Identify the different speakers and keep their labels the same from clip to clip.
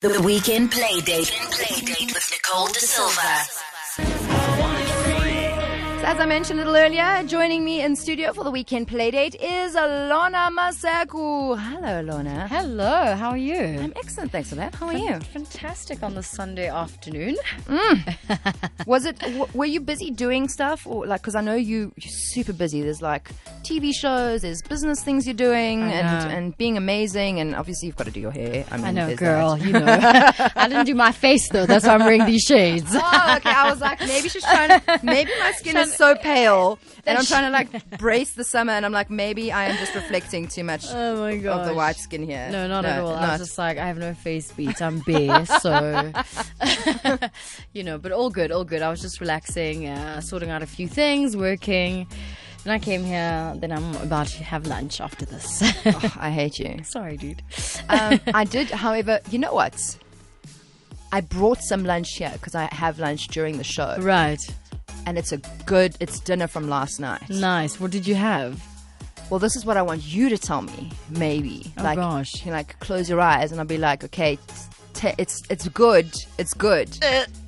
Speaker 1: The Weekend Play Date. Play Date with Nicole De Silva.
Speaker 2: So As I mentioned a little earlier, joining me in studio for the weekend playdate is Alona Masaku. Hello, Alona.
Speaker 3: Hello, how are you?
Speaker 2: I'm excellent, thanks for that. How are you?
Speaker 3: Fantastic on the Sunday afternoon.
Speaker 2: Was it? W- were you busy doing stuff, or like? Because I know you, you're super busy. There's like TV shows, there's business things you're doing, and
Speaker 3: know.
Speaker 2: and being amazing, and obviously you've got to do your hair. I mean,
Speaker 3: I know,
Speaker 2: there's
Speaker 3: girl,
Speaker 2: that.
Speaker 3: you know. I didn't do my face though, that's why I'm wearing these shades.
Speaker 2: Oh, okay. I was like, maybe she's trying to. Maybe my skin is so pale, and I'm
Speaker 3: she-
Speaker 2: trying to like brace the summer, and I'm like, maybe I am just reflecting too much
Speaker 3: Oh my
Speaker 2: of the
Speaker 3: gosh.
Speaker 2: white skin here.
Speaker 3: No, not at all. I
Speaker 2: not.
Speaker 3: was just like, I have no face beat. I'm bare, so you know. But all good, all good. I was just relaxing, uh, sorting out a few things, working. Then I came here. Then I'm about to have lunch after this.
Speaker 2: I hate you.
Speaker 3: Sorry, dude.
Speaker 2: Um, I did, however, you know what? I brought some lunch here because I have lunch during the show,
Speaker 3: Right,
Speaker 2: and it's a good. It's dinner from last night.
Speaker 3: nice. What did you have?
Speaker 2: Well, this is what I want you to tell me, maybe.
Speaker 3: Oh,
Speaker 2: like,
Speaker 3: gosh.
Speaker 2: you can, like close your eyes, and I'll be like, okay, t- t- it's it's good, it's good.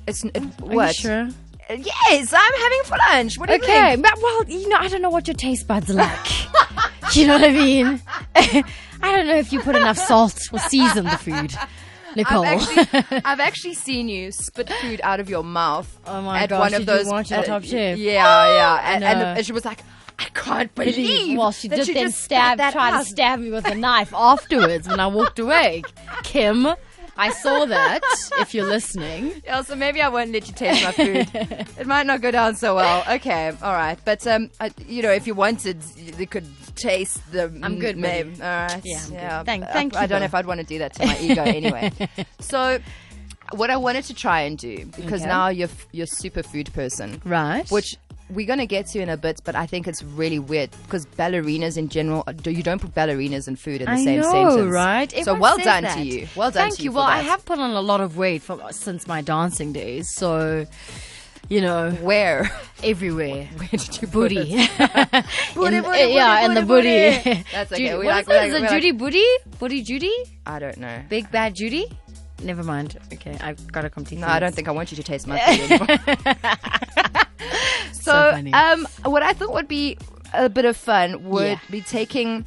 Speaker 2: It's it,
Speaker 3: Uh, Are
Speaker 2: what?
Speaker 3: you sure?
Speaker 2: Uh, Yes, I'm having for lunch. What do you
Speaker 3: Okay,
Speaker 2: think?
Speaker 3: but well, you know, I don't know what your taste buds are like. you know what I mean? I don't know if you put enough salt or season the food, Nicole.
Speaker 2: I've actually, I've actually seen you spit food out of your mouth.
Speaker 3: Oh my
Speaker 2: at
Speaker 3: gosh,
Speaker 2: one of
Speaker 3: did you
Speaker 2: those
Speaker 3: watch it on Top Chef?
Speaker 2: Yeah, yeah, and, and,
Speaker 3: know.
Speaker 2: and she was like, I can't believe.
Speaker 3: well, she
Speaker 2: that
Speaker 3: did
Speaker 2: you
Speaker 3: then
Speaker 2: just spat
Speaker 3: stab,
Speaker 2: that
Speaker 3: try
Speaker 2: out."
Speaker 3: to stab me with a knife afterwards when I walked away. Kim, I saw that. If you're listening,
Speaker 2: Yeah, so maybe I won't let you taste my food. it might not go down so well. Okay, all right, but um, I, you know, if you wanted, you could taste the.
Speaker 3: I'm good,
Speaker 2: Maybe.
Speaker 3: buddy.
Speaker 2: All right.
Speaker 3: Yeah, I'm good. Thank-
Speaker 2: I-
Speaker 3: thank
Speaker 2: I,
Speaker 3: you,
Speaker 2: don't know
Speaker 3: though.
Speaker 2: if I'd want to do that to my ego anyway. So, what I wanted to try and do because
Speaker 3: Okay.
Speaker 2: now you're f- you're super food person,
Speaker 3: right?
Speaker 2: which we're going to get to in a bit, but I think it's really weird because ballerinas in general, uh, do you don't put ballerinas and food in the
Speaker 3: I
Speaker 2: same
Speaker 3: know,
Speaker 2: sentence.
Speaker 3: right?
Speaker 2: so
Speaker 3: Everyone
Speaker 2: well
Speaker 3: says
Speaker 2: done to
Speaker 3: that.
Speaker 2: you. Well done
Speaker 3: Thank
Speaker 2: to
Speaker 3: you.
Speaker 2: for
Speaker 3: Well, I
Speaker 2: that.
Speaker 3: have put on a lot of weight from, since my dancing days, so you know,
Speaker 2: Where?
Speaker 3: everywhere.
Speaker 2: Where did you put it?
Speaker 3: booty. And-
Speaker 2: Booty,
Speaker 3: uh,
Speaker 2: booty,
Speaker 3: yeah,
Speaker 2: booty,
Speaker 3: and the
Speaker 2: booty,
Speaker 3: booty.
Speaker 2: booty. That's okay,
Speaker 3: Judy,
Speaker 2: we
Speaker 3: what
Speaker 2: like-
Speaker 3: is
Speaker 2: we
Speaker 3: it?
Speaker 2: like-
Speaker 3: Is it
Speaker 2: we like-
Speaker 3: Judy Booty? Booty Judy?
Speaker 2: I don't know.
Speaker 3: Big Bad Judy? Never mind. Okay, I've got a complete.
Speaker 2: No, I don't think I want you to taste my food anymore. so,
Speaker 3: funny.
Speaker 2: um, what I thought would be a bit of fun would
Speaker 3: Yeah.
Speaker 2: be taking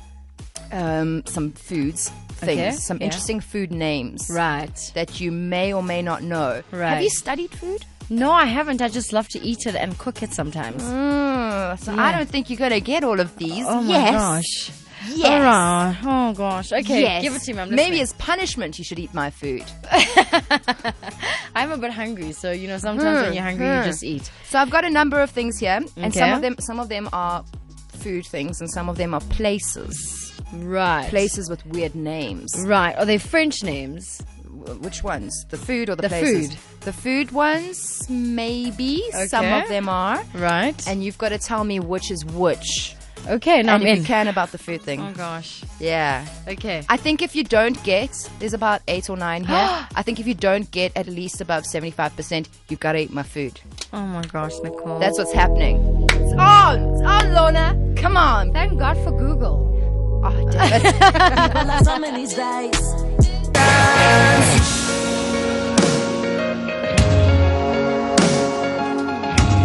Speaker 2: um, some foods, things,
Speaker 3: Okay,
Speaker 2: some
Speaker 3: yeah.
Speaker 2: interesting food names
Speaker 3: Right.
Speaker 2: that you may or may not know. Have you
Speaker 3: Right.
Speaker 2: studied food?
Speaker 3: No, I haven't. I just love to eat it and cook it sometimes.
Speaker 2: Mm, so I don't think you're going to get all of these.
Speaker 3: Oh my
Speaker 2: yes.
Speaker 3: gosh.
Speaker 2: Yes.
Speaker 3: All right. Oh gosh. Okay.
Speaker 2: Yes.
Speaker 3: Give it to me. I'm
Speaker 2: Maybe
Speaker 3: listening.
Speaker 2: as punishment, you should eat my food.
Speaker 3: I'm a bit hungry, so you know sometimes when you're hungry,
Speaker 2: hmm.
Speaker 3: you just eat.
Speaker 2: So I've got a number of things here, and some
Speaker 3: Okay.
Speaker 2: of them, some of them are food things, and some of them are places.
Speaker 3: Right.
Speaker 2: places with weird names.
Speaker 3: Right. Are they French names?
Speaker 2: W- Which ones? The food or the,
Speaker 3: The
Speaker 2: places?
Speaker 3: food.
Speaker 2: The food ones, maybe. Some
Speaker 3: Okay.
Speaker 2: of them are.
Speaker 3: Right.
Speaker 2: And you''ve got to tell me which is which.
Speaker 3: okay. Now
Speaker 2: and
Speaker 3: I'm
Speaker 2: if
Speaker 3: in.
Speaker 2: you can about the food thing.
Speaker 3: oh gosh.
Speaker 2: Yeah.
Speaker 3: Okay.
Speaker 2: I think if you don't get, there's about eight or nine here. I think if you don't get at least above 75%, you gotta eat my food.
Speaker 3: oh my gosh, Nicole.
Speaker 2: That's what's happening. It's on! It's on, Lorna! Come on!
Speaker 3: Thank God for Google.
Speaker 2: Oh, damn it.
Speaker 1: Some of these days.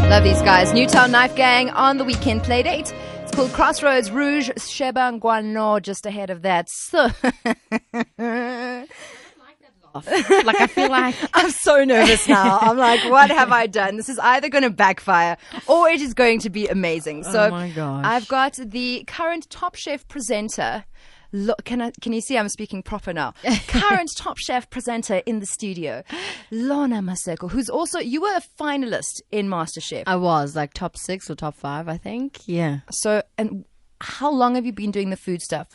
Speaker 2: Love these guys. Newtown Knife Gang on the weekend play date. It's called Crossroads Rouge Shebang Guano, just ahead of that. So
Speaker 3: like I feel like
Speaker 2: I'm so nervous now. I'm like, what have I done? This is either going to backfire or it is going to be amazing. So
Speaker 3: Oh my gosh.
Speaker 2: I've got the current Top Chef presenter. Lo- can I, can you see I'm speaking proper now? Current Top Chef presenter in the studio, Lorna Maseko, who's also you were a finalist in MasterChef. Uh,
Speaker 3: I was like top six or top five, I think. Yeah.
Speaker 2: So and how long have you been doing the food stuff?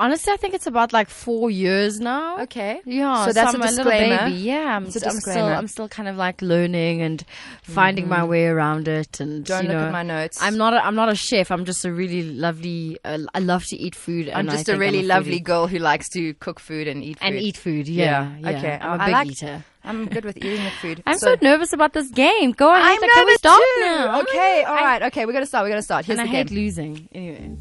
Speaker 3: Honestly, I think it's about like four years now.
Speaker 2: Okay.
Speaker 3: Yeah.
Speaker 2: So that's a
Speaker 3: I'm little
Speaker 2: disclaimer.
Speaker 3: baby. Yeah. I'm,
Speaker 2: It's a
Speaker 3: st- I'm still
Speaker 2: disclaimer.
Speaker 3: I'm still kind of like learning and finding my way around it. And
Speaker 2: Don't
Speaker 3: you
Speaker 2: look at
Speaker 3: know,
Speaker 2: my notes.
Speaker 3: I'm not. A, I'm not a chef. I'm just a really lovely. Uh, I love to eat food.
Speaker 2: I'm
Speaker 3: and I
Speaker 2: just a
Speaker 3: think
Speaker 2: really
Speaker 3: I'm
Speaker 2: lovely
Speaker 3: foodie.
Speaker 2: girl who likes to cook food and eat food.
Speaker 3: and eat food. Yeah. yeah.
Speaker 2: Okay.
Speaker 3: I'm a
Speaker 2: I
Speaker 3: big
Speaker 2: like-
Speaker 3: eater.
Speaker 2: I'm good with eating the food.
Speaker 3: I'm so, nervous about this game. Go ahead.
Speaker 2: I'm
Speaker 3: like, can we
Speaker 2: nervous
Speaker 3: start
Speaker 2: too.
Speaker 3: now?
Speaker 2: Okay, all
Speaker 3: I-
Speaker 2: right. Okay, we're gonna start. We're gonna start. Here's
Speaker 3: And I
Speaker 2: the game.
Speaker 3: hate losing. Anyway.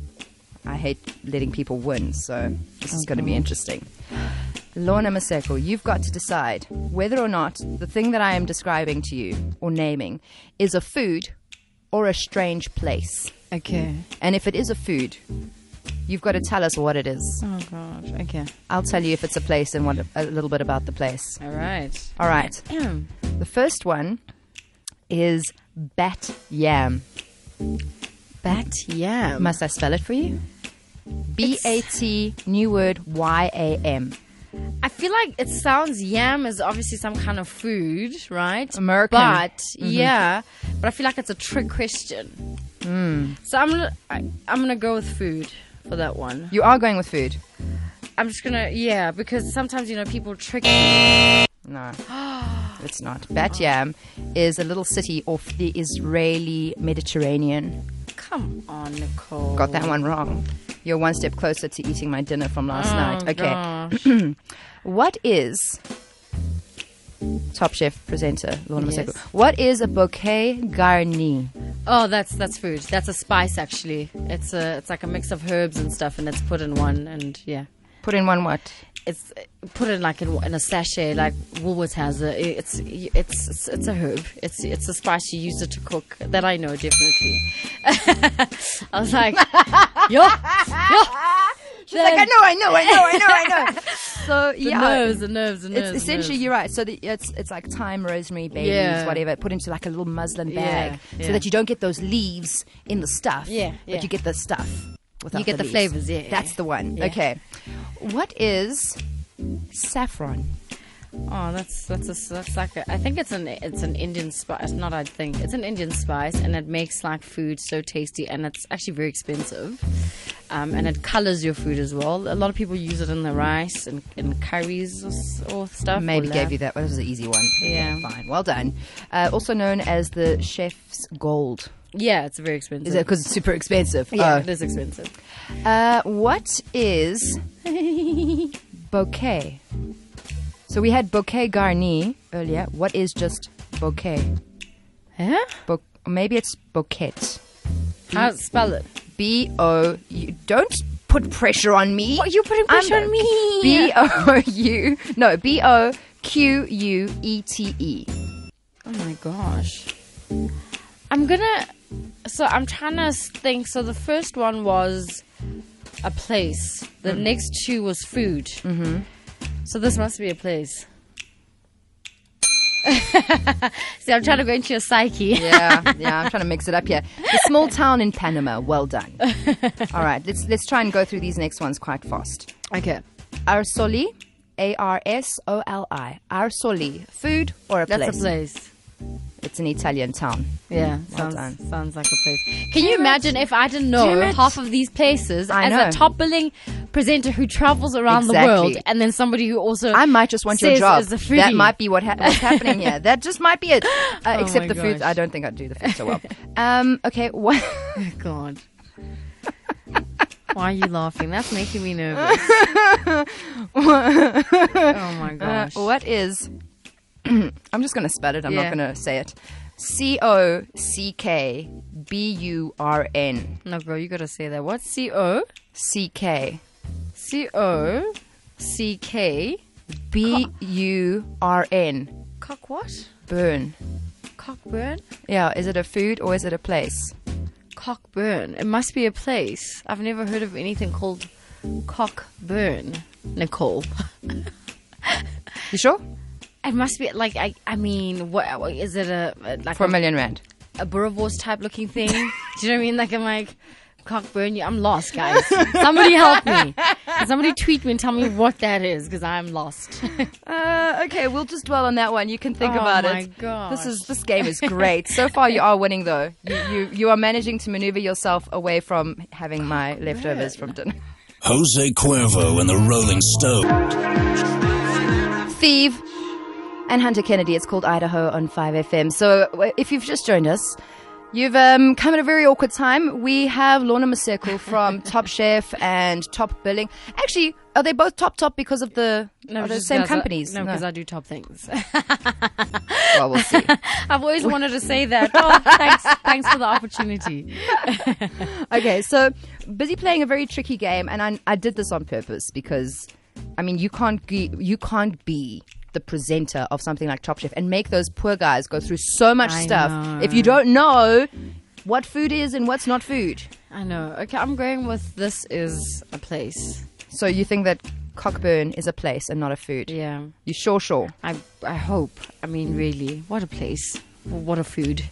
Speaker 2: I hate letting people win, so this is gonna be interesting. Lorna Maseko, you've got to decide whether or not the thing that I am describing to you or naming is a food or a strange place.
Speaker 3: Okay.
Speaker 2: And if it is a food, you've got to tell us what it is.
Speaker 3: Oh gosh. Okay.
Speaker 2: I'll tell you if it's a place and what a little bit about the place.
Speaker 3: All right.
Speaker 2: All right. The first one is bat yam.
Speaker 3: Bat yam.
Speaker 2: Must I spell it for you? B A T new word Y A M.
Speaker 3: I feel like it sounds yam is obviously some kind of food, right?
Speaker 2: American. Mm-hmm.
Speaker 3: But yeah, but I feel like it's a trick question.
Speaker 2: Mm.
Speaker 3: So I'm gonna, I, I'm gonna go with food for that one.
Speaker 2: You are going with food.
Speaker 3: I'm just gonna yeah because sometimes you know people trick.
Speaker 2: No, it's not. Bat Yam is a little city off the Israeli Mediterranean.
Speaker 3: Come on, Nicole.
Speaker 2: Got that one wrong. You're one step closer to eating my dinner from last night. Okay.
Speaker 3: Oh, Gosh.
Speaker 2: What is Top Chef presenter Lorna
Speaker 3: Yes.
Speaker 2: Maseko? What is a bouquet garni?
Speaker 3: Oh, that's that's food. That's a spice actually. It's a it's like a mix of herbs and stuff, and it's put in one. And yeah,
Speaker 2: Put in one what?
Speaker 3: it's put in like in, in a sachet. Like Woolworths has it. It's it's it's, it's a herb. It's it's a spice you use it to cook. That I know definitely. I was like, yo, yo. She's
Speaker 2: Like I know, I know, I know, I know, I know. So
Speaker 3: The
Speaker 2: yeah,
Speaker 3: nerves, the nerves, the nerves.
Speaker 2: It's
Speaker 3: the
Speaker 2: essentially
Speaker 3: nerves.
Speaker 2: you're right. So the, it's it's like thyme, rosemary, bay
Speaker 3: Yeah.
Speaker 2: leaves, whatever. Put into like a little muslin
Speaker 3: Yeah,
Speaker 2: bag,
Speaker 3: yeah.
Speaker 2: so that you don't get those leaves in the stuff.
Speaker 3: Yeah, yeah.
Speaker 2: but you get the stuff. Without
Speaker 3: You get the
Speaker 2: leaves.
Speaker 3: flavours, yeah, yeah,
Speaker 2: that's
Speaker 3: yeah.
Speaker 2: the one.
Speaker 3: Yeah.
Speaker 2: Okay, what is saffron?
Speaker 3: Oh, that's that's a, that's like a, I think it's an it's an Indian spice. Not I think it's an Indian spice, and it makes like food so tasty, and it's actually very expensive, um, and it colors your food as well. A lot of people use it in the rice and, and curries or, s- or stuff.
Speaker 2: Maybe gave you that. Well, that was an easy one.
Speaker 3: Yeah.
Speaker 2: fine. Well done. Uh, also known as the chef's gold.
Speaker 3: Yeah, it's very expensive.
Speaker 2: Is that because it's super expensive?
Speaker 3: yeah,
Speaker 2: Oh.
Speaker 3: it is expensive.
Speaker 2: Uh, what is bouquet? So we had bouquet garni earlier. What is just bouquet?
Speaker 3: Huh?
Speaker 2: Bo- maybe it's bouquet.
Speaker 3: How spell it?
Speaker 2: B O. U- Don't put pressure on me.
Speaker 3: What, you're putting pressure on me.
Speaker 2: B O U. No, B O Q U E T E.
Speaker 3: Oh my gosh. I'm gonna. So I'm trying to think. So the first one was a place. The next two was food. Hmm. Mm-hmm. So this must be a place. See, I'm trying to go into your psyche.
Speaker 2: Yeah, yeah. I'm trying to mix it up here. The small town in Panama. Well done. All right, let's let's try and go through these next ones quite fast.
Speaker 3: Okay.
Speaker 2: Arsoli, A R S O L I. Arsoli, food or a place?
Speaker 3: That's a place.
Speaker 2: It's an Italian town.
Speaker 3: Yeah,
Speaker 2: Mm, Well
Speaker 3: sounds
Speaker 2: done.
Speaker 3: sounds like a place. Can you imagine if I didn't know
Speaker 2: Damn it.
Speaker 3: half of these places
Speaker 2: I
Speaker 3: as
Speaker 2: know.
Speaker 3: a top billing presenter who travels around
Speaker 2: Exactly.
Speaker 3: the world, and then somebody who also
Speaker 2: I might just want your
Speaker 3: says
Speaker 2: job.
Speaker 3: is a
Speaker 2: that
Speaker 3: foodie.
Speaker 2: might be what ha- what's happening here. That just might be it. Uh,
Speaker 3: Oh
Speaker 2: except
Speaker 3: my
Speaker 2: the food.
Speaker 3: gosh.
Speaker 2: I don't think I'd do the food so well. um, okay, what?
Speaker 3: Oh, God. Why are you laughing? That's making me nervous. oh my gosh.
Speaker 2: uh, what is? I'm just going to spell it. I'm
Speaker 3: Yeah.
Speaker 2: not going to say it. C O C K B U R N
Speaker 3: No, girl, you gotta say that. What? C O
Speaker 2: C K
Speaker 3: C O C K.
Speaker 2: B U R N
Speaker 3: Cock what?
Speaker 2: Burn.
Speaker 3: Cockburn?
Speaker 2: Yeah, is it a food or is it a place?
Speaker 3: Cockburn. It must be a place. I've never heard of anything called Cockburn, Nicole.
Speaker 2: You sure?
Speaker 3: It must be like I. I mean, what what- is it? A a- like
Speaker 2: For a
Speaker 3: a,
Speaker 2: million rand.
Speaker 3: a Bourrevois type looking thing? Do you know what I mean? Like I'm like Cockburn. you- I'm lost, guys. Somebody help me. Can Somebody tweet me and tell me what that is because I'm lost.
Speaker 2: Uh, okay, we'll just dwell on that one. You can think
Speaker 3: Oh
Speaker 2: about
Speaker 3: my
Speaker 2: it.
Speaker 3: gosh.
Speaker 2: This is this game is great. so far, you are winning though. You, you you are managing to maneuver yourself away from having
Speaker 3: Oh,
Speaker 2: my leftovers from dinner.
Speaker 4: Jose Cuervo and the Rolling Stones.
Speaker 2: Thieve and Hunter Kennedy. It's called Idaho on 5FM. So uh, if you've just joined us, you've um, come at a very awkward time. We have Lorna Maseco from Top Chef and Top Billing. Actually, are they both top top because of the are they the
Speaker 3: just
Speaker 2: same
Speaker 3: 'cause I-
Speaker 2: companies?
Speaker 3: no, because I do top things.
Speaker 2: well, we'll see.
Speaker 3: I've always wanted to say that. Oh, thanks, thanks for the opportunity.
Speaker 2: Okay, so busy playing a very tricky game, and I, I did this on purpose because I mean, you can't ge- you can't be the presenter of something like Top Chef and make those poor guys go through so much
Speaker 3: I
Speaker 2: stuff
Speaker 3: know.
Speaker 2: if you don't know what food is and what's not food.
Speaker 3: I know. Okay, I'm going with this is a place.
Speaker 2: So you think that Cockburn is a place and not a food?
Speaker 3: Yeah.
Speaker 2: You sure, sure.
Speaker 3: I I hope. I mean, really, what a place. What a food.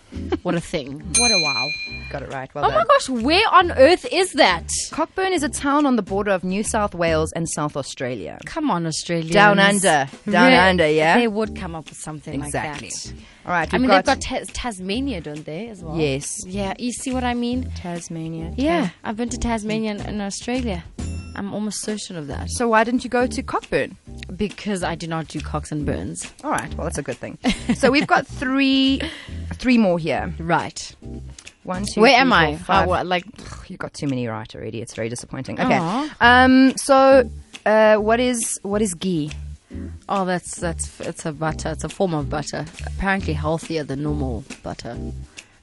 Speaker 3: What a thing. What a wow.
Speaker 2: Got it right. Well
Speaker 3: Oh
Speaker 2: done.
Speaker 3: my gosh, where on earth is that?
Speaker 2: Cockburn is a town on the border of New South Wales and South Australia.
Speaker 3: Come on, Australia.
Speaker 2: Down under. Down under, yeah?
Speaker 3: They would come up with something
Speaker 2: Exactly.
Speaker 3: like that.
Speaker 2: All right,
Speaker 3: I
Speaker 2: we've
Speaker 3: mean,
Speaker 2: got-
Speaker 3: they've got Tas Tasmania, don't they, as well?
Speaker 2: Yes.
Speaker 3: Yeah, you see what I mean?
Speaker 2: Tasmania.
Speaker 3: Yeah, I've been to Tasmania and, and Australia. I'm almost certain of that.
Speaker 2: So why didn't you go to Cockburn?
Speaker 3: Because I do not do cocks and burns.
Speaker 2: All right. Well, that's a good thing. So we've got three, three more here.
Speaker 3: Right.
Speaker 2: One, two.
Speaker 3: Where
Speaker 2: three,
Speaker 3: am
Speaker 2: four,
Speaker 3: I?
Speaker 2: five.
Speaker 3: How- like,
Speaker 2: You got too many right already. It's very disappointing. Okay.
Speaker 3: Aw.
Speaker 2: Um. So, uh, what is what is ghee?
Speaker 3: oh, that's, that's, it's a butter. It's a form of butter. Apparently healthier than normal butter.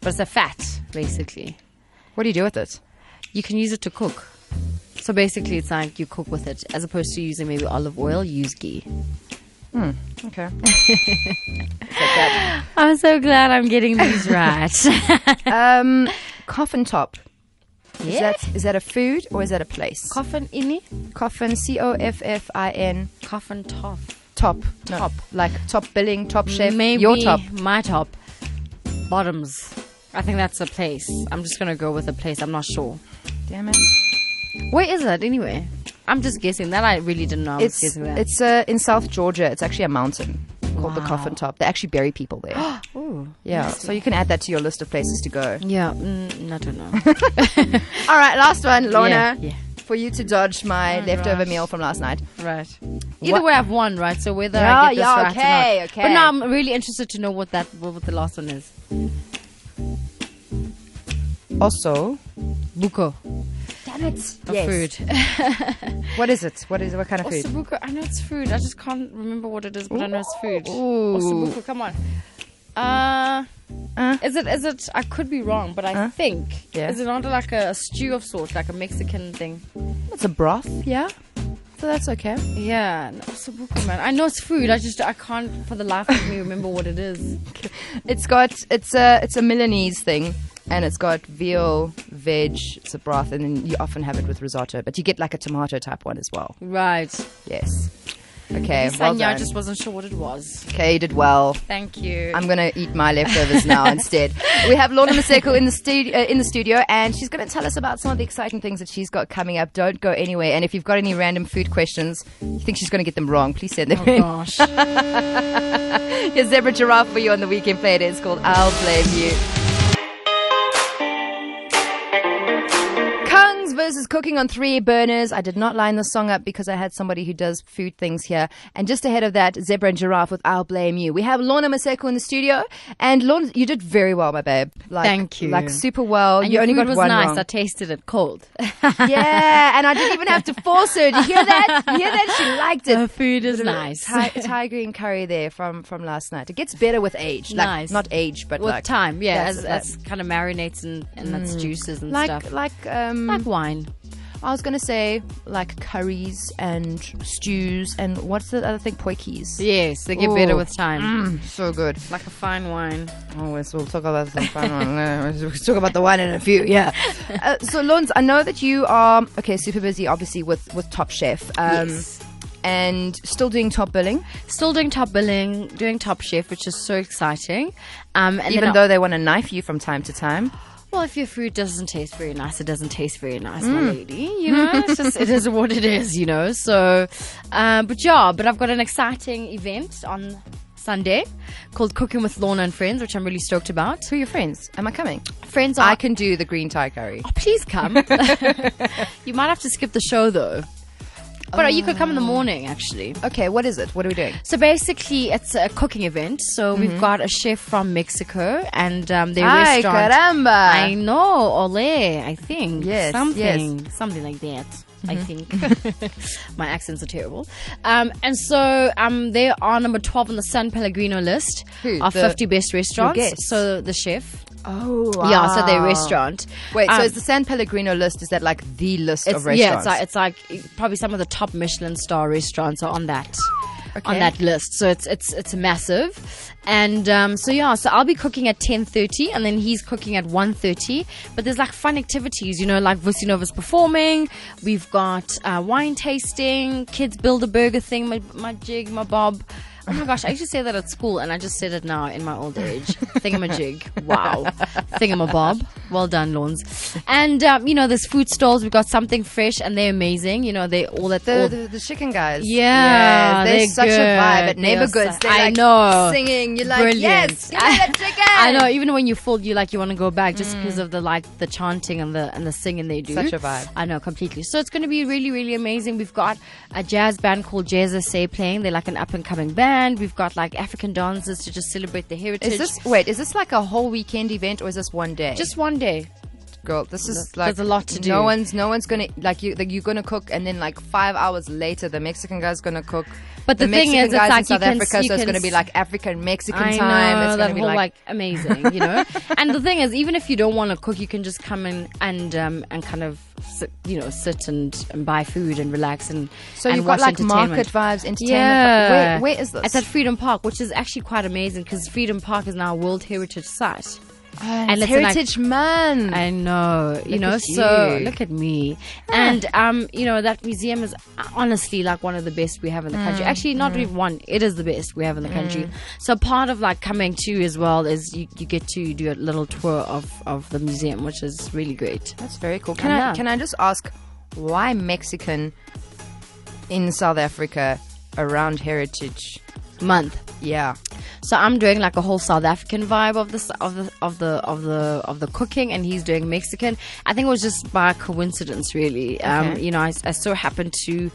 Speaker 3: But it's a fat, basically.
Speaker 2: What do you do with it?
Speaker 3: You can use it to cook. So basically, it's like you cook with it. As opposed to using maybe olive oil, use ghee.
Speaker 2: Okay.
Speaker 3: I'm so glad I'm getting these right.
Speaker 2: Um, coffin top. Is
Speaker 3: Yeah.
Speaker 2: that is that a food or is that a place?
Speaker 3: Coffin inni?
Speaker 2: coffin. C O F F I N.
Speaker 3: Coffin toff.
Speaker 2: Top. No,
Speaker 3: Top.
Speaker 2: Like top billing. Top chef.
Speaker 3: Maybe
Speaker 2: Your top.
Speaker 3: My top. Bottoms. I think that's a place. I'm just gonna go with a place. I'm not sure.
Speaker 2: Damn it.
Speaker 3: Where is it anyway? I'm just guessing that. I really didn't know. I was
Speaker 2: It's
Speaker 3: guessing that.
Speaker 2: it's uh, in South Georgia. It's actually a mountain called the
Speaker 3: Wow.
Speaker 2: Coffin Top. They actually bury people there.
Speaker 3: Ooh.
Speaker 2: yeah. So you can add that to your list of places to go.
Speaker 3: Yeah. Mm, I don't know.
Speaker 2: All right, last one,
Speaker 3: Yeah,
Speaker 2: Lorna.
Speaker 3: yeah.
Speaker 2: For you to dodge my leftover
Speaker 3: gosh.
Speaker 2: meal from last night.
Speaker 3: right. Either
Speaker 2: What-
Speaker 3: way, I've won, right? So whether
Speaker 2: Yeah,
Speaker 3: I get this
Speaker 2: yeah,
Speaker 3: right
Speaker 2: okay,
Speaker 3: or not.
Speaker 2: okay.
Speaker 3: But now I'm really interested to know what that what, what the last one is.
Speaker 2: Also,
Speaker 3: Buko.
Speaker 2: damn it.
Speaker 3: A food.
Speaker 2: What is it? What is what kind of food?
Speaker 3: Osabuco. I know it's food. I just can't remember what it is, but I know it's food.
Speaker 2: Ooh.
Speaker 3: Osabuco, come on. Uh,
Speaker 2: Uh.
Speaker 3: is it? Is it? I could be wrong, but I think
Speaker 2: Yeah.
Speaker 3: is it not like a, stew of sort, like a Mexican thing?
Speaker 2: It's a broth, yeah. So that's okay.
Speaker 3: Yeah, no, osabuco, man. I know it's food. I just I can't for the life of me remember what it is.
Speaker 2: It's got it's a it's a Milanese thing, and it's got veal, veg. It's a broth, and then you often have it with risotto. But you get like a tomato type one as well.
Speaker 3: Right.
Speaker 2: Yes. Okay. Well
Speaker 3: Sanya, I
Speaker 2: done.
Speaker 3: just wasn't sure what it was.
Speaker 2: Okay, you did well.
Speaker 3: Thank you.
Speaker 2: I'm gonna eat my leftovers now instead. We have Lorna Maseko in the studio, uh, in the studio, and she's gonna tell us about some of the exciting things that she's got coming up. Don't go anywhere. And if you've got any random food questions, you think she's gonna get them wrong, please send them
Speaker 3: Oh,
Speaker 2: in.
Speaker 3: Gosh.
Speaker 2: Here's Zebra Giraffe for you on the weekend play. It's called I'll Blame You. Kungs versus cooking on three burners. I did not line the song up because I had somebody who does food things here. And just ahead of that, Zebra and Giraffe with I'll Blame You. We have Lorna Maseko in the studio. And Lorna, you did very well, my babe. Like,
Speaker 3: Thank you.
Speaker 2: Like super well.
Speaker 3: and
Speaker 2: you
Speaker 3: your
Speaker 2: only
Speaker 3: food
Speaker 2: got
Speaker 3: was
Speaker 2: one
Speaker 3: nice.
Speaker 2: wrong.
Speaker 3: I tasted it cold.
Speaker 2: yeah, and I didn't even have to force her. Do you hear that? You hear that? She liked it.
Speaker 3: The food is
Speaker 2: Little
Speaker 3: nice.
Speaker 2: Thai, Thai green curry there from from last night. It gets better with age. Like,
Speaker 3: Nice.
Speaker 2: Not age, but
Speaker 3: with
Speaker 2: like
Speaker 3: time, yeah,
Speaker 2: that's-
Speaker 3: as,
Speaker 2: that-
Speaker 3: as kind of marinates and, and that's juices and
Speaker 2: like
Speaker 3: stuff.
Speaker 2: like um
Speaker 3: Mm. Like wine.
Speaker 2: I was gonna say like curries and stews and what's the other thing? Poikies.
Speaker 3: Yes, they get
Speaker 2: Ooh.
Speaker 3: better with time.
Speaker 2: Mm, so good.
Speaker 3: Like a fine wine.
Speaker 2: Oh, we'll we'll talk about some fun one. We'll talk about the wine in a few. Yeah. Uh, so, Lons, I know that you are okay, super busy, obviously with with Top Chef. Um,
Speaker 3: Yes.
Speaker 2: And still doing top billing,
Speaker 3: Still doing top billing, doing top chef, which is so exciting. Um, and
Speaker 2: even
Speaker 3: then-
Speaker 2: though they want to knife you from time to time.
Speaker 3: well, if your food doesn't taste very nice, it doesn't taste very nice, my lady. You know, it's just it is what it is. You know, so. Uh, but yeah, but I've got an exciting event on Sunday called Cooking with Lorna and Friends, which I'm really stoked about.
Speaker 2: Who are your friends? Am I coming?
Speaker 3: Friends are
Speaker 2: I can do the green Thai curry.
Speaker 3: Oh, please come. you might have to skip the show though. But you could come in the morning actually.
Speaker 2: Okay, what is it? What are we doing?
Speaker 3: So basically, it's a cooking event. So we've got a chef from Mexico and um, their
Speaker 2: Ay,
Speaker 3: restaurant.
Speaker 2: caramba.
Speaker 3: I know, Ole, I think.
Speaker 2: Uh, Yes, Mm-hmm.
Speaker 3: something, something like that. I think. My accents are terrible. Um, and so um, they are number 12 on the San Pellegrino list
Speaker 2: Who?
Speaker 3: of
Speaker 2: The-
Speaker 3: 50 best
Speaker 2: guess?
Speaker 3: restaurants. So the chef.
Speaker 2: Oh,
Speaker 3: Yeah, so their restaurant.
Speaker 2: Wait,
Speaker 3: Um,
Speaker 2: so is the San Pellegrino list, is that like the list
Speaker 3: it's,
Speaker 2: of restaurants?
Speaker 3: Yeah, it's like, it's like probably some of the top Michelin star restaurants are on that. On
Speaker 2: Okay.
Speaker 3: that list, so it's it's it's massive, and um, so yeah, so I'll be cooking at ten thirty, and then he's cooking at 1.30. But there's like fun activities, you know, like Vusinova's performing. We've got uh, wine tasting, kids build a burger thing, my, my jig, my bob. Oh my gosh, I used to say that at school, and I just said it now in my old age. Thingamajig. Wow. Thingamabob. Well done, Lawns. And, um, you know, there's food stalls. We've got something fresh, and they're amazing. You know, they all at
Speaker 2: the,
Speaker 3: all-
Speaker 2: the, the chicken guys.
Speaker 3: Yeah,
Speaker 2: they're,
Speaker 3: they're
Speaker 2: such a
Speaker 3: good.
Speaker 2: vibe at
Speaker 3: They
Speaker 2: Neighbor
Speaker 3: are
Speaker 2: Goods.
Speaker 3: su-
Speaker 2: They're
Speaker 3: I
Speaker 2: like
Speaker 3: know.
Speaker 2: singing. You're like,
Speaker 3: Brilliant.
Speaker 2: yes, give me that chicken.
Speaker 3: I know. Even when you're full, you like you want to go back just because of the like the chanting and the and the singing they do.
Speaker 2: Mm. Such a vibe.
Speaker 3: I know completely. So it's going to be really really amazing. We've got a jazz band called Jazz Say playing. They're like an up and coming band. We've got like African dancers to just celebrate the heritage.
Speaker 2: Is this wait? Is this like a whole weekend event or is this one day?
Speaker 3: just one day?
Speaker 2: girl, this is like
Speaker 3: there's a lot to do.
Speaker 2: No one's no one's gonna like you. Like, you're gonna cook and then like five hours later, the Mexican guy's gonna cook.
Speaker 3: But the thing
Speaker 2: Mexican
Speaker 3: is, it's
Speaker 2: guys
Speaker 3: like
Speaker 2: in
Speaker 3: you
Speaker 2: South
Speaker 3: can-
Speaker 2: Africa,
Speaker 3: you
Speaker 2: so it's
Speaker 3: can
Speaker 2: gonna be
Speaker 3: s-
Speaker 2: like African Mexican
Speaker 3: I
Speaker 2: time.
Speaker 3: know
Speaker 2: it's
Speaker 3: that
Speaker 2: gonna be
Speaker 3: whole
Speaker 2: like,
Speaker 3: like, amazing, you know. and the thing is, even if you don't want to cook, you can just come in and um, and kind of sit, you know sit and, and buy food and relax and
Speaker 2: so
Speaker 3: and
Speaker 2: you've got
Speaker 3: watch
Speaker 2: like
Speaker 3: entertainment.
Speaker 2: market vibes, entertainment. Where,
Speaker 3: Yeah.
Speaker 2: where is
Speaker 3: It's
Speaker 2: this?
Speaker 3: at Freedom Park, which is actually quite amazing because Freedom Park is now a World Heritage Site.
Speaker 2: and
Speaker 3: it's
Speaker 2: it's
Speaker 3: an ic-
Speaker 2: Heritage Man.
Speaker 3: I know, you
Speaker 2: Look
Speaker 3: know.
Speaker 2: at
Speaker 3: So
Speaker 2: you.
Speaker 3: look at me, and um, you know that museum is honestly like one of the best we have in the country. Actually, not even one. It is the best we have in the country. So part of like coming to as well is you, you get to do a little tour of of the museum, which is really great.
Speaker 2: That's very cool. Can
Speaker 3: I
Speaker 2: I,
Speaker 3: know.
Speaker 2: can I just ask why Mexican in South Africa around heritage?
Speaker 3: Month.
Speaker 2: Yeah.
Speaker 3: So I'm doing like a whole South African vibe of this of the of the of the of the cooking, and he's doing Mexican. I think it was just by coincidence, really. Um, you know, I, I so happened to.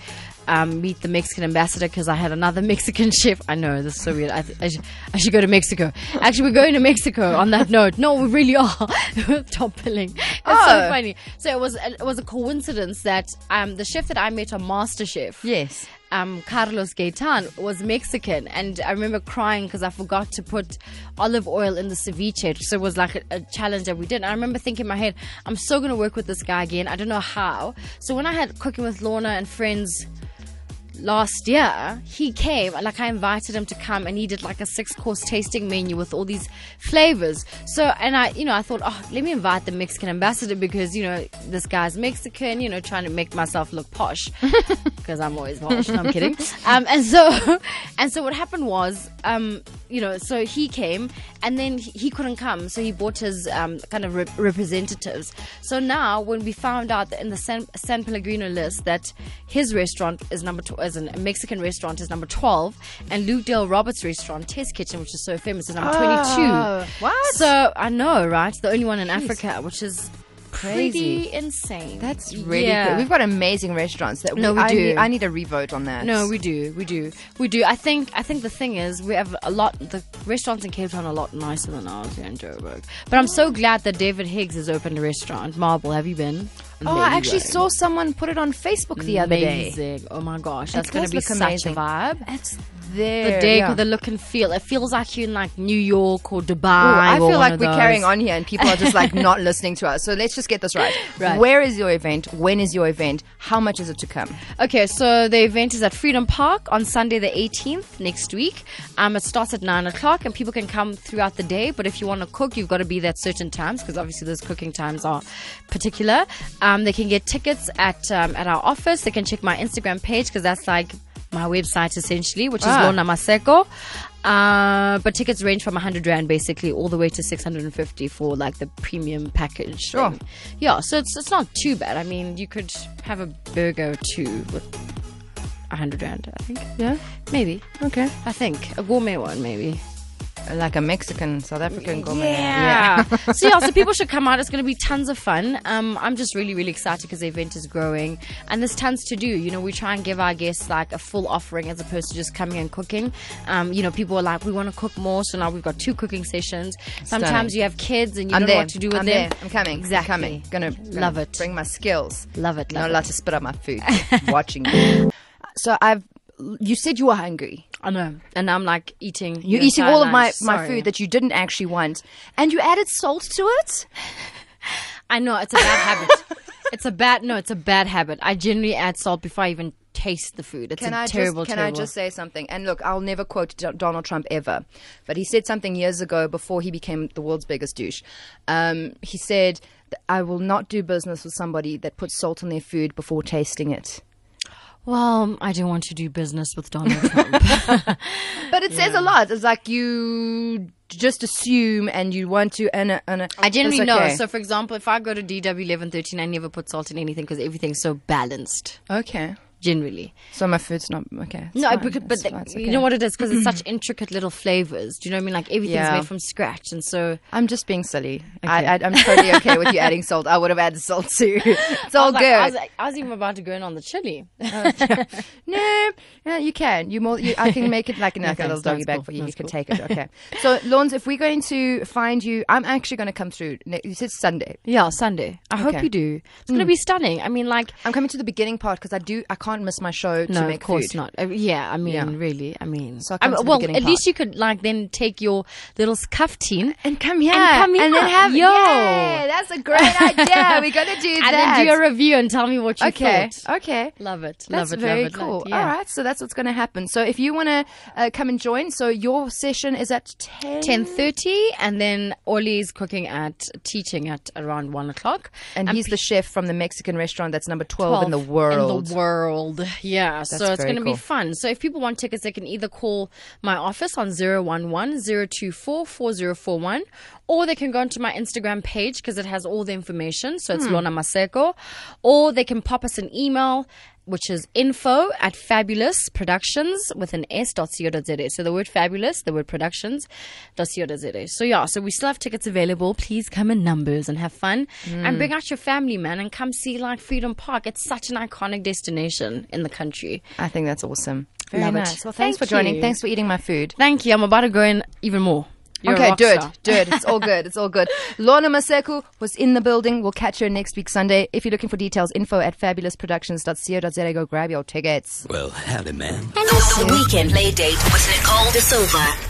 Speaker 3: Um, meet the Mexican ambassador because I had another Mexican chef. I know this is so weird. I, th- I, should, I should go to Mexico. Actually, we're going to Mexico. On that note, no, we really are top billing. It's so
Speaker 2: Oh.
Speaker 3: funny. So it was it was a coincidence that um, the chef that I met on MasterChef
Speaker 2: Yes.
Speaker 3: um, Carlos Gaetan was Mexican, and I remember crying because I forgot to put olive oil in the ceviche. So it was like a, a challenge that we did. And I remember thinking in my head, I'm so gonna work with this guy again. I don't know how. So when I had cooking with Lorna and friends last year, he came, like I invited him to come and he did like a six course tasting menu with all these flavors. So, and I, you know, I thought, oh, let me invite the Mexican ambassador because, you know, this guy's Mexican, you know, trying to make myself look posh because I'm always posh. No, I'm kidding. Um, and so, and so what happened was, um, you know, so he came and then he he couldn't come. So he brought his um, kind of rep- representatives. So now when we found out that in the San, San Pellegrino list that his restaurant is number tw- as a Mexican restaurant is number 12 and Luke Dale Roberts restaurant Test Kitchen which is so famous is number 22
Speaker 2: Oh. Ah, what?
Speaker 3: so I know right the only one in Africa which is pretty insane
Speaker 2: That's really
Speaker 3: Yeah.
Speaker 2: cool. We've got amazing restaurants that
Speaker 3: No, we
Speaker 2: I
Speaker 3: do.
Speaker 2: Need, I need a revote on that.
Speaker 3: No, we do, we do, we do. I think, I think the thing is, we have a lot. The restaurants in Cape Town are a lot nicer than ours here in Joburg. But I'm so glad that David Higgs has opened a restaurant. Marble, have you been?
Speaker 2: Oh, I actually saw someone put it on Facebook the other day.
Speaker 3: amazing. Oh my gosh, that's going to be
Speaker 2: does
Speaker 3: such
Speaker 2: look amazing.
Speaker 3: a vibe.
Speaker 2: That's
Speaker 3: The
Speaker 2: there.
Speaker 3: day,
Speaker 2: yeah.
Speaker 3: the look and feel. It feels like you're in like New York or Dubai.
Speaker 2: Ooh, I
Speaker 3: or
Speaker 2: feel
Speaker 3: one
Speaker 2: like
Speaker 3: of
Speaker 2: we're
Speaker 3: those.
Speaker 2: carrying on here and people are just like not listening to us. So let's just get this right.
Speaker 3: Right.
Speaker 2: Where is your event? When is your event? How much is it to come?
Speaker 3: Okay, so the event is at Freedom Park on Sunday the 18th next week. Um, it starts at 9 o'clock and people can come throughout the day. But if you want to cook, you've got to be there at certain times because obviously those cooking times are particular. Um, they can get tickets at, um, at our office. They can check my Instagram page because that's like my website essentially, which is
Speaker 2: Ah.
Speaker 3: Lorna Maseko. Uh, but tickets range from 100 Rand basically all the way to 650 for like the premium package.
Speaker 2: Sure.
Speaker 3: thing. Yeah, so it's, it's not too bad. I mean, you could have a burger too with 100 Rand, I think.
Speaker 2: Yeah.
Speaker 3: Maybe.
Speaker 2: Okay.
Speaker 3: I think. A gourmet one, maybe.
Speaker 2: like a Mexican South African gourmet.
Speaker 3: Yeah. so yeah, so people should come out. It's going to be tons of fun. Um, I'm just really, really excited because the event is growing and there's tons to do. You know, we try and give our guests like a full offering as opposed to just coming and cooking. Um, you know, people are like, we want to cook more, so now we've got two cooking sessions. Sometimes you have kids and you
Speaker 2: I'm
Speaker 3: don't
Speaker 2: there.
Speaker 3: know what to do with
Speaker 2: I'm
Speaker 3: them.
Speaker 2: There. I'm coming. I'm
Speaker 3: Exactly.
Speaker 2: coming. Gonna, gonna
Speaker 3: Love it.
Speaker 2: Bring my skills.
Speaker 3: Love it, love
Speaker 2: Not
Speaker 3: it.
Speaker 2: allowed to spit on my food. Watching. you. So I've. You said you were hungry.
Speaker 3: I know. And I'm like eating.
Speaker 2: You're
Speaker 3: your
Speaker 2: eating
Speaker 3: entire
Speaker 2: all of my,
Speaker 3: lunch.
Speaker 2: my
Speaker 3: Sorry.
Speaker 2: food that you didn't actually want, and you added salt to it.
Speaker 3: I know it's a bad habit. It's a bad no. It's a bad habit. I generally add salt before I even taste the food. It's
Speaker 2: Can
Speaker 3: a
Speaker 2: I
Speaker 3: terrible.
Speaker 2: just, can
Speaker 3: terrible.
Speaker 2: I just say something? And look, I'll never quote Do- Donald Trump ever, but he said something years ago before he became the world's biggest douche. Um, he said, "I will not do business with somebody that puts salt on their food before tasting it."
Speaker 3: Well, um, I don't want to do business with Donald Trump.
Speaker 2: But it says a lot. It's like you just assume and you want to. And, uh, and uh,
Speaker 3: I generally
Speaker 2: it's
Speaker 3: know.
Speaker 2: okay.
Speaker 3: So, for example, if I go to DW eleven thirteen, I never put salt in anything because everything's so balanced.
Speaker 2: okay.
Speaker 3: Generally,
Speaker 2: So my food's not okay.
Speaker 3: no, I,
Speaker 2: but
Speaker 3: because, but the, you know what it is because it's such intricate little flavors. Do you know what I mean? Like everything's
Speaker 2: Yeah.
Speaker 3: made from scratch, and so
Speaker 2: I'm just being silly. I, I, I'm totally okay with you adding salt. I would have added salt too. It's
Speaker 3: I
Speaker 2: all
Speaker 3: was
Speaker 2: good.
Speaker 3: like- I was, like- I was even about to go in on the chili.
Speaker 2: No, no, you can. You more. You, I can make it like an, like a
Speaker 3: thanks.
Speaker 2: little doggy
Speaker 3: That's
Speaker 2: bag
Speaker 3: cool.
Speaker 2: for you. You
Speaker 3: That's
Speaker 2: can
Speaker 3: cool.
Speaker 2: take it. Okay. So, Lawrence, if we're going to find you, I'm actually going to come through. ne- You said Sunday.
Speaker 3: yeah, Sunday. I hope
Speaker 2: Okay.
Speaker 3: you do. It's gonna be stunning. I mean, like
Speaker 2: I'm coming to the beginning part because I do. I can't miss my show to
Speaker 3: No,
Speaker 2: make
Speaker 3: of course
Speaker 2: food.
Speaker 3: not. Uh, yeah, I mean,
Speaker 2: Yeah.
Speaker 3: really, I mean,
Speaker 2: So I
Speaker 3: I
Speaker 2: come
Speaker 3: mean,
Speaker 2: to the
Speaker 3: well,
Speaker 2: beginning
Speaker 3: at
Speaker 2: part.
Speaker 3: least you could like then take your little scuff tin
Speaker 2: And come here.
Speaker 3: come
Speaker 2: And then
Speaker 3: here.
Speaker 2: have
Speaker 3: Yo.
Speaker 2: Yay, that's a great idea. We're going to do
Speaker 3: and
Speaker 2: that.
Speaker 3: then do a review and tell me what you
Speaker 2: okay.
Speaker 3: thought.
Speaker 2: Okay.
Speaker 3: Love it.
Speaker 2: That's
Speaker 3: love it.
Speaker 2: very
Speaker 3: love it, love
Speaker 2: cool.
Speaker 3: it, yeah.
Speaker 2: All right, so that's what's going to happen. So if you want to uh, come and join, so your session is at ten.
Speaker 3: Ten thirty, and then Ollie's cooking at teaching at around one o'clock.
Speaker 2: and he's the chef from the Mexican restaurant that's number 12, in the
Speaker 3: 12
Speaker 2: world.
Speaker 3: In the world. Yeah. so it's
Speaker 2: very
Speaker 3: going to
Speaker 2: cool.
Speaker 3: be fun. So if people want tickets, they can either call my office on 011 024 4041 or they can go onto my Instagram page because it has all the information. So it's Lorna Maseko. Or they can pop us an email. Which is info at fabulous productions with an s dot co dot za. So the word fabulous, the word productions dot co dot za. So yeah, so we still have tickets available. Please come in numbers and have fun and bring out your family, man, and come see like Freedom Park. It's such an iconic destination in the country.
Speaker 2: I think that's awesome. Very
Speaker 3: Love it.
Speaker 2: nice. Well, thanks
Speaker 3: Thank
Speaker 2: for joining.
Speaker 3: you.
Speaker 2: Thanks for eating my food.
Speaker 3: Thank you. I'm about to go in even more. You're a
Speaker 2: okay,
Speaker 3: rock
Speaker 2: do it.
Speaker 3: star.
Speaker 2: Do it. It's all good. It's all good. Lorna Maseku was in the building. We'll catch her next week Sunday. If you're looking for details, info at fabulousproductions.co.za. Go grab your tickets.
Speaker 4: Well, howdy, man.
Speaker 1: The weekend play date with Nicole De Silva.